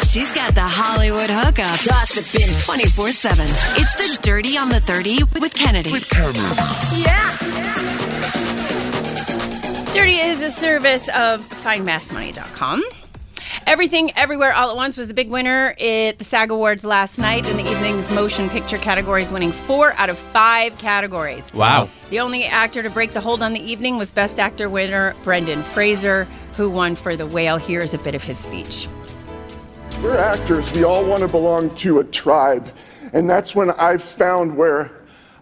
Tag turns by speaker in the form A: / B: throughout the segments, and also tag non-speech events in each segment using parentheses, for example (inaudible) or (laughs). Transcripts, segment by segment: A: She's got the Hollywood hookup. Gossiping 24 7. It's the Dirty on the 30 with Kennedy.
B: Dirty is a service of findmassmoney.com. Everything Everywhere All at Once was the big winner at the SAG Awards last night in the evening's motion picture categories, winning four out of five categories.
C: Wow.
B: The only actor to break the hold on the evening was Best Actor winner Brendan Fraser, who won for The Whale. Here's a bit of his speech.
D: We're actors. We all want to belong to a tribe. And that's when I found where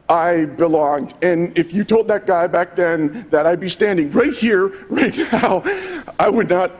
D: I belonged. And if you told that guy back then that I'd be standing right here, (laughs) right now, I would not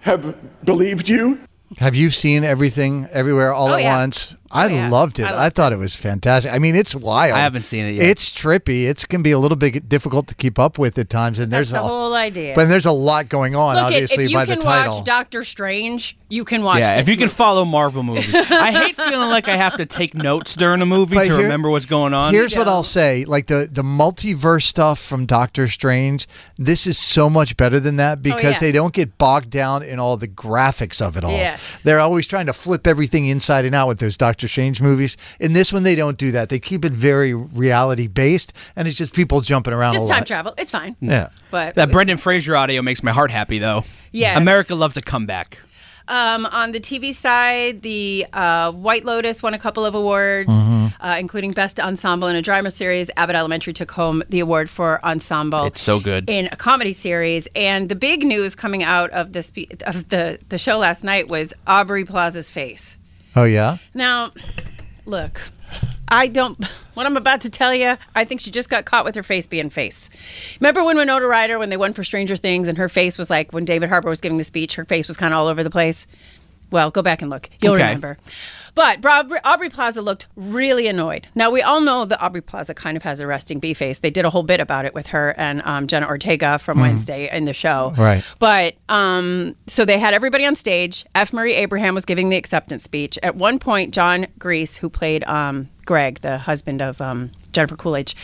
D: have believed you.
C: Have you seen everything everywhere all
B: Oh,
C: at
B: yeah.
C: once? I
B: yeah.
C: loved it.
B: I
C: I,
B: loved
C: thought it was fantastic. I mean, it's wild.
E: I haven't seen it yet.
C: It's trippy. It's going to be a little bit difficult to keep up with at times. And
B: That's
C: there's
B: the
C: a,
B: whole idea.
C: But there's a lot going on,
B: Look, it,
C: obviously,
B: if you
C: by
B: can
C: the title.
B: watch Doctor Strange, you can watch
E: yeah,
B: this
E: if you can
B: movie.
E: follow Marvel movies. I hate feeling like I have to take notes during a movie
C: But
E: to
C: here-
E: remember what's going on.
C: Here's
B: You
C: what
B: don't.
C: I'll say: like the the multiverse stuff from Doctor Strange, this is so much better than that because they
B: Oh, yes.
C: don't get bogged down in all the graphics of it all.
B: Yes.
C: They're always trying to flip everything inside and out with those Doctor Strange movies. In this one, they don't do that. They keep it very reality based, and it's just people jumping around. a
B: Just time
C: lot.
B: travel. It's fine.
C: Yeah.
B: But
E: that Brendan Fraser audio makes my heart happy, though.
B: Yes.
E: America loves a comeback.
B: Um, on the TV side, the uh, White Lotus won a couple of awards,
E: Mm-hmm.
B: uh, including Best Ensemble in a Drama Series. Abbott Elementary took home the award for Ensemble.
E: It's so good.
B: in a comedy series. And the big news coming out of this of the the show last night was Aubrey Plaza's face.
C: Oh yeah.
B: Now, look, I don't. What I'm about to tell you, I think she just got caught with her face being face. Remember when Winona Ryder, when they won for Stranger Things, and her face was like when David Harbour was giving the speech, her face was kind of all over the place. Well, go back and look. You'll
E: Okay.
B: remember. But Bra- Aubrey Plaza looked really annoyed. Now, we all know that Aubrey Plaza kind of has a resting bee face. They did a whole bit about it with her and um, Jenna Ortega from Wednesday in the show.
C: Right.
B: But um, so they had everybody on stage. F. Murray Abraham was giving the acceptance speech. At one point, John Grease, who played um, Greg, the husband of um, Jennifer Coolidge,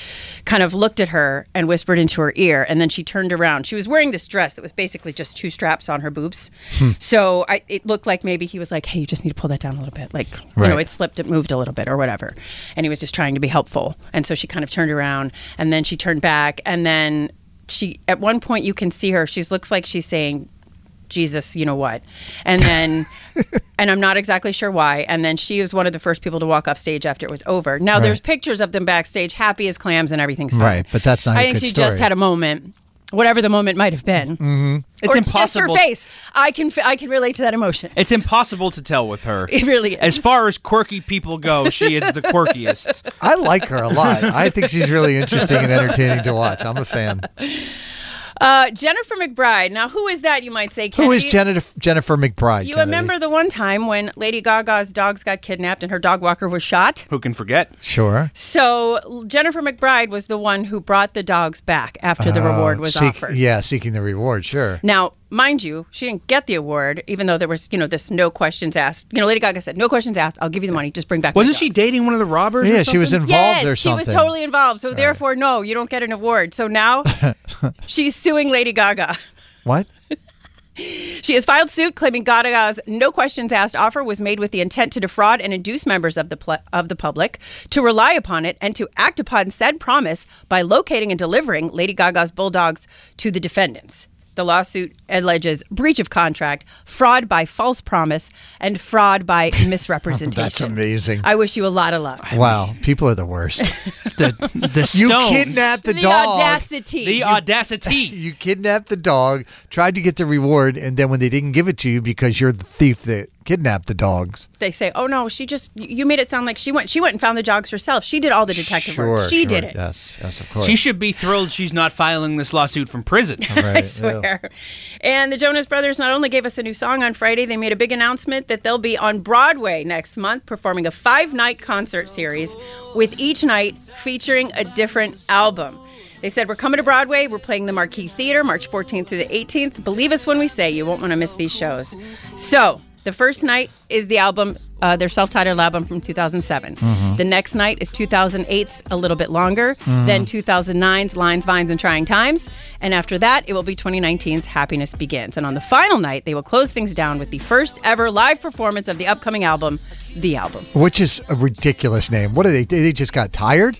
B: kind of looked at her and whispered into her ear. And then she turned around. She was wearing this dress that was basically just two straps on her boobs. So I, it looked like maybe he was like, hey, you just need to pull that down a little bit. Like, you know,
C: Right.
B: it slipped, it moved a little bit or whatever. And he was just trying to be helpful. And so she kind of turned around and then she turned back. And then she, at one point, you can see her. She looks like she's saying, Jesus, you know what? And
C: (laughs)
B: then, and I'm not exactly sure why. And then she was one of the first people to walk off stage after it was over. Now there's pictures of them backstage, happy as clams and everything's fine.
C: Right, but that's not
B: I
C: a
B: think she
C: good
B: just
C: story. Mm-hmm.
B: had a moment, whatever the moment might have been.
E: It's
B: Or just her
E: impossible.
B: face. I can f- I can relate to that emotion.
E: It's impossible to tell with her.
B: (laughs) It really is.
E: As far as quirky people go, she is
B: (laughs)
E: the quirkiest.
C: I like her a lot. I think she's really interesting and entertaining to watch. I'm
B: (laughs)
C: a fan.
B: Uh, Jennifer McBride. Now, who is that? You might say.
C: Who is
B: Kennedy?
C: Jennifer Jennifer McBride?
B: You
C: Kennedy?
B: remember the one time when Lady Gaga's dogs got kidnapped and her dog walker was shot?
E: Who can forget?
C: Sure.
B: So Jennifer McBride was the one who brought the dogs back after the reward was
C: Seek-
B: offered.
C: Ah, Yeah, seeking the reward. Sure.
B: Now, mind you, she didn't get the award, even though there was, you know, this no questions asked. You know, Lady Gaga said, "No questions asked. I'll give you the money. Just bring back." my
E: Wasn't she
B: dogs."
E: dating one of the robbers? or
C: Yeah, she was
E: something?
C: involved
B: Yes,
C: or
B: she
C: something.
B: was totally involved. So therefore, no, you don't get an award. So
C: (laughs)
B: now, she's suing Lady Gaga. (laughs)
C: What?
B: She has filed suit claiming Gaga's no questions asked offer was made with the intent to defraud and induce members of the pl- of the public to rely upon it and to act upon said promise by locating and delivering Lady Gaga's bulldogs to the defendants. The lawsuit alleges breach of contract, fraud by false promise, and fraud by
C: (laughs)
B: misrepresentation.
C: That's amazing.
B: I wish you a lot of luck.
C: wow, people are
B: (laughs)
C: the worst.
E: (laughs) The, the
C: you
E: Stones.
C: kidnapped the,
B: the
C: dog.
B: audacity. (laughs)
E: The audacity.
C: You kidnapped the dog, tried to get the reward, and then when they didn't give it to you because you're the thief that kidnapped the dogs.
B: they say, "Oh no, she just you made it sound like she went she went and found the dogs herself. She did all the detective
C: sure,
B: work. She
C: sure.
B: did it."
C: Yes, yes, of
B: (laughs)
C: course.
E: She should be thrilled she's not filing this lawsuit from prison.
C: Right,
B: I swear. And the Jonas Brothers not only gave us a new song on Friday, they made a big announcement that they'll be on Broadway next month performing a five night concert series with each night featuring a different album. They said, We're coming to Broadway. We're playing the Marquee Theater March 14th through the 18th. Believe us when we say you won't want to miss these shows. So, the first night is the album, uh, their self titled album from 2007.
C: Mm-hmm.
B: The next night is 2008's A Little Bit Longer, then 2009's Lines, Vines, and Trying Times. And after that, it will be 2019's Happiness Begins. And on the final night, they will close things down with the first ever live performance of the upcoming album, The Album.
C: Which is a ridiculous name. What are they? They just got tired.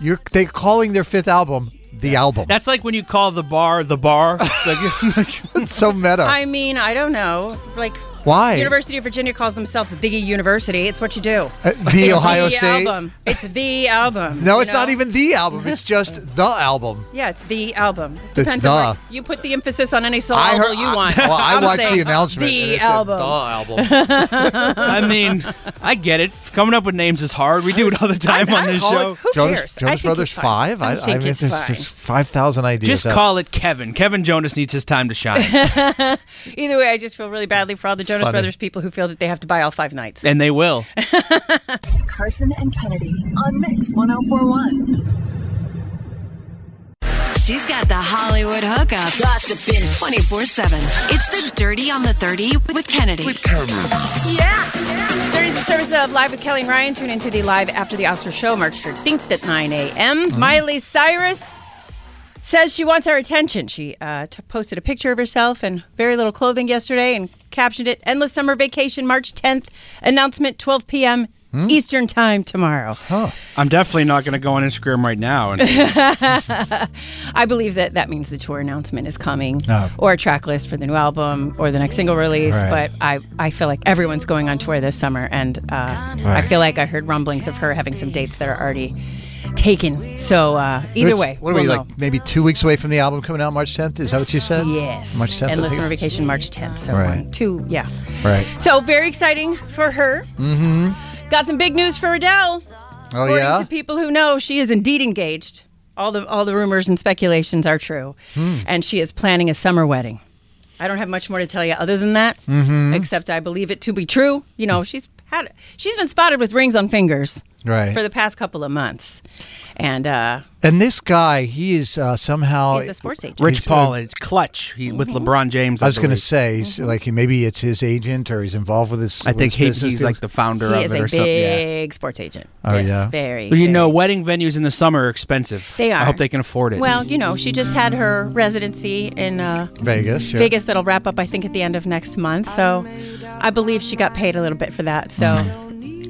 C: You're they calling their fifth album the album.
E: That's like when you call the bar the
C: (laughs)
E: bar. It's like- (laughs)
C: That's (laughs) so meta.
B: I mean, I don't know. Like,
C: Why?
B: University of Virginia calls themselves the University. It's what you do.
C: Uh, the
B: It's
C: Ohio
B: the
C: State.
B: album. It's the album.
C: No,
B: you
C: it's not
B: know?
C: even the album.
E: (laughs)
C: It's just the album.
B: Yeah, it's the album. It
C: It's
B: Depends on
C: the.
B: what- you put the emphasis on any
C: I
B: syllable
C: heard
B: Oh, you want.
C: I, well, I
B: I'm
C: watched the
B: saying
C: announcement. and
B: The
C: it said
B: album.
C: the
B: (laughs)
C: album.
E: I mean, I get it. Coming up with names is hard. We do it all the time on this
B: call it-
E: show.
B: Who
C: Jonas,
B: cares? I
C: Jonas
B: think
C: Brothers
B: it's fine.
C: Five.
B: I think
C: mean,
B: it's
C: there's,
B: fine.
C: there's five thousand ideas.
E: Just
C: out
E: call it Kevin. Kevin Jonas needs his time
B: (laughs)
E: to shine,
B: Either way, I just feel really badly for all the Jonas
C: funny.
B: Brothers people who feel that they have to buy all five nights.
E: and they will.
F: Carson and Kennedy on Mix 1041.
A: She's got the Hollywood hookup. Gossiping 24 7. It's the Dirty on the 30 with Kennedy.
B: Yeah. During the service of Live with Kelly and Ryan, tune into the live after the Oscar show, March 13th at 9 a.m.
C: Mm-hmm.
B: Miley Cyrus says she wants our attention. She uh, t- posted a picture of herself in very little clothing yesterday and captioned it Endless Summer Vacation, March 10th, announcement 12 p.m.
C: Hmm?
B: Eastern Time tomorrow.
E: I'm definitely not going to go on Instagram right now. And
B: (laughs) I believe that that means the tour announcement is coming,
C: Oh.
B: or a track list for the new album, or the next single release.
C: Right.
B: But I, I feel like everyone's going on tour this summer, and uh, I feel like I heard rumblings of her having some dates that are already taken. So uh, either
C: It's-
B: way,
C: what are
B: we'll
C: we
B: know.
C: like? Maybe two weeks away from the album coming out March 10th. Is that what you said?
B: Yes,
C: March 10th. I
B: and
C: think
B: listener
C: it's-
B: vacation March 10th. So
C: Right.
B: one, two, yeah.
C: Right.
B: So very exciting for her. Mm-hmm. Got some big news for Adele.
C: Oh
B: According
C: yeah.
B: to people who know, she is indeed engaged. All the all the rumors and speculations are true,
E: Hmm.
B: and she is planning a summer wedding. I don't have much more to tell you other than that,
E: Mm-hmm.
B: except I believe it to be true. You know, she's had she's been spotted with rings on fingers
C: Right.
B: for the past couple of months, and uh,
C: and this guy, he is uh,
E: Oh,
C: somehow.
B: he's a sports agent.
E: Rich
C: He's- uh,
E: Paul is clutch he, with
B: Mm-hmm.
E: LeBron James.
C: I was going to
E: believe.
C: say, he's like maybe it's his agent or he's involved with his.
E: I
C: with
E: think
C: his
E: he,
C: business
E: he's like
C: deals.
E: the founder
B: He
E: of
B: is
E: it
B: a
E: or something. Yeah.
B: big sports agent.
C: Oh,
B: yes,
C: yeah?
B: very.
E: Well, you
B: very
E: know, wedding venues in the summer are expensive.
B: They are.
E: I hope they can afford it.
B: Well, you know, she just had her residency in uh,
C: Vegas. yeah.
B: Vegas that'll wrap up, I think, at the end of next month. So I believe she got paid a little bit for that. So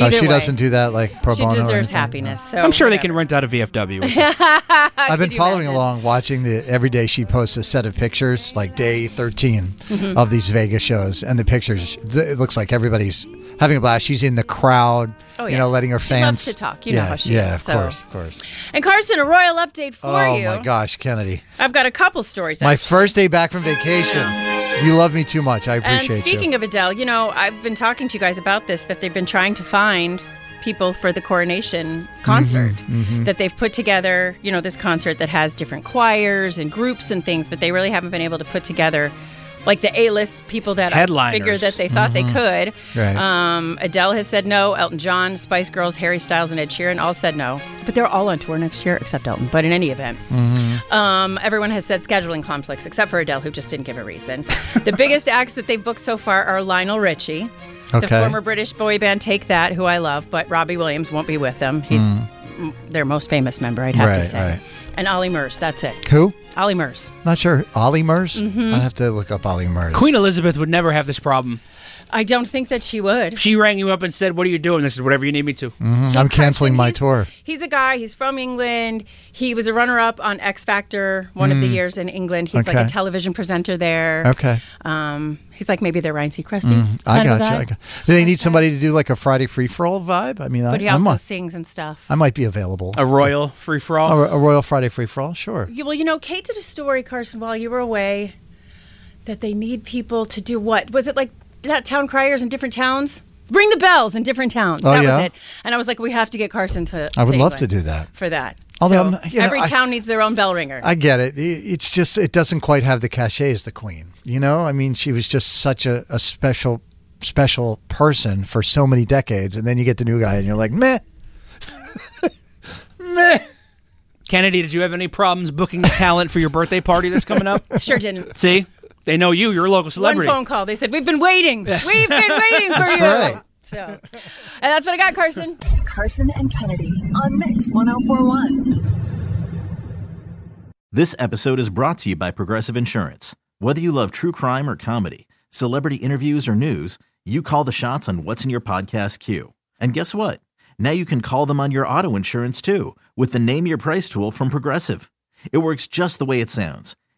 C: Oh,
B: either
C: she
B: way,
C: doesn't do that like pro
B: She
C: bono. or
B: deserves
C: anything.
B: happiness. So
E: I'm sure they can rent out
B: (laughs)
E: a VFW. or something.
C: I've been
B: you
C: following
B: imagine?
C: along, watching the every day she posts a set of pictures, like day 13
B: Mm-hmm.
C: of these Vegas shows, and the pictures. th- It looks like everybody's having a blast. She's in the crowd,
B: Oh,
C: you know,
B: yes.
C: letting her
B: She
C: fans
B: loves to talk. You know
C: yeah,
B: how she
C: yeah,
B: is,
C: of
B: so-
C: course, of course.
B: And Carson, a royal update for
C: oh
B: you.
C: my gosh, Kennedy!
B: I've got a couple stories.
C: My
B: actually.
C: first day back from vacation. You love me too much. I
B: and
C: appreciate
B: speaking
C: you.
B: of Adele, you know, I've been talking to you guys about this that they've been trying to find people for the coronation
C: Mm-hmm,
B: concert that they've put together, you know, this concert that has different choirs and groups and things, but they really haven't been able to put together like the A-list people that I
E: Headliners.
B: figure that they thought they could.
C: Mm-hmm. Right.
B: Um, Adele has said no. Elton John, Spice Girls, Harry Styles, and Ed Sheeran all said no. But they're all on tour next year, except Elton. But in any event,
C: Mm-hmm.
B: um, everyone has said scheduling conflicts, except for Adele, who just didn't give a reason. the
C: (laughs)
B: biggest acts that they've booked so far are Lionel Richie, the
C: Okay.
B: former British boy band Take That, who I love, but Robbie Williams won't be with them. He's m their most famous member, I'd have to
C: Mm. Right,
B: say.
C: right.
B: And Ollie Murs, that's it.
C: who?
B: Ollie Murs.
C: Not sure. Ollie Murs.
B: Mm-hmm.
C: I'd have to look up Ollie Murs.
E: Queen Elizabeth would never have this problem.
B: I don't think that she would.
E: If she rang you up and said, "What are you doing?" This is whatever you need me to.
C: Mm, I'm canceling my
B: he's-
C: tour.
B: He's a guy. He's from England. He was a runner-up on X Factor one of the years in England. He's like
C: Hmm. Okay.
B: a television presenter there.
C: Okay. Mm-hmm.
B: Um, he's like maybe the Ryan Seacrest.
C: I
B: kind of
C: got you.
B: guy.
C: I got, do they need somebody to do like a Friday free for all vibe? I mean, I,
B: But he
C: I'm
B: also
C: on-
B: sings and stuff.
C: I might be available.
E: A royal free for all.
C: A, a Royal Friday free for all, sure.
B: Yeah, well, you know, Kate did a story, Carson, while you were away, that they need people to do what? Was it like that town criers in different towns? Ring the bells in different towns.
C: Oh,
B: that
C: yeah?
B: was it. And I was like, we have to get Carson to.
C: I would love to
B: England
C: do that.
B: for that.
C: Although
B: So
C: I'm- you know,
B: every
C: I-
B: town needs their own bell
C: (laughs)
B: ringer.
C: I get it. I- It's just it doesn't quite have the cachet as the Queen. You know, I mean, she was just such a, a special, special person for so many decades, and then you get the new guy, and you're like, meh, (laughs) meh.
E: Kennedy, did you have any problems booking the talent for your birthday party that's
B: (laughs)
E: coming up?
B: sure didn't.
E: See, they know you. You're a local
B: One
E: celebrity.
B: phone call. They said, We've been waiting. We've been waiting for you.
C: right.
B: So, and that's what I got, Carson.
F: Carson and Kennedy on Mix 1041.
G: This episode is brought to you by Progressive Insurance. Whether you love true crime or comedy, celebrity interviews or news, you call the shots on what's in your podcast queue. And guess what? Now you can call them on your auto insurance too with the Name Your Price tool from Progressive. It works just the way it sounds.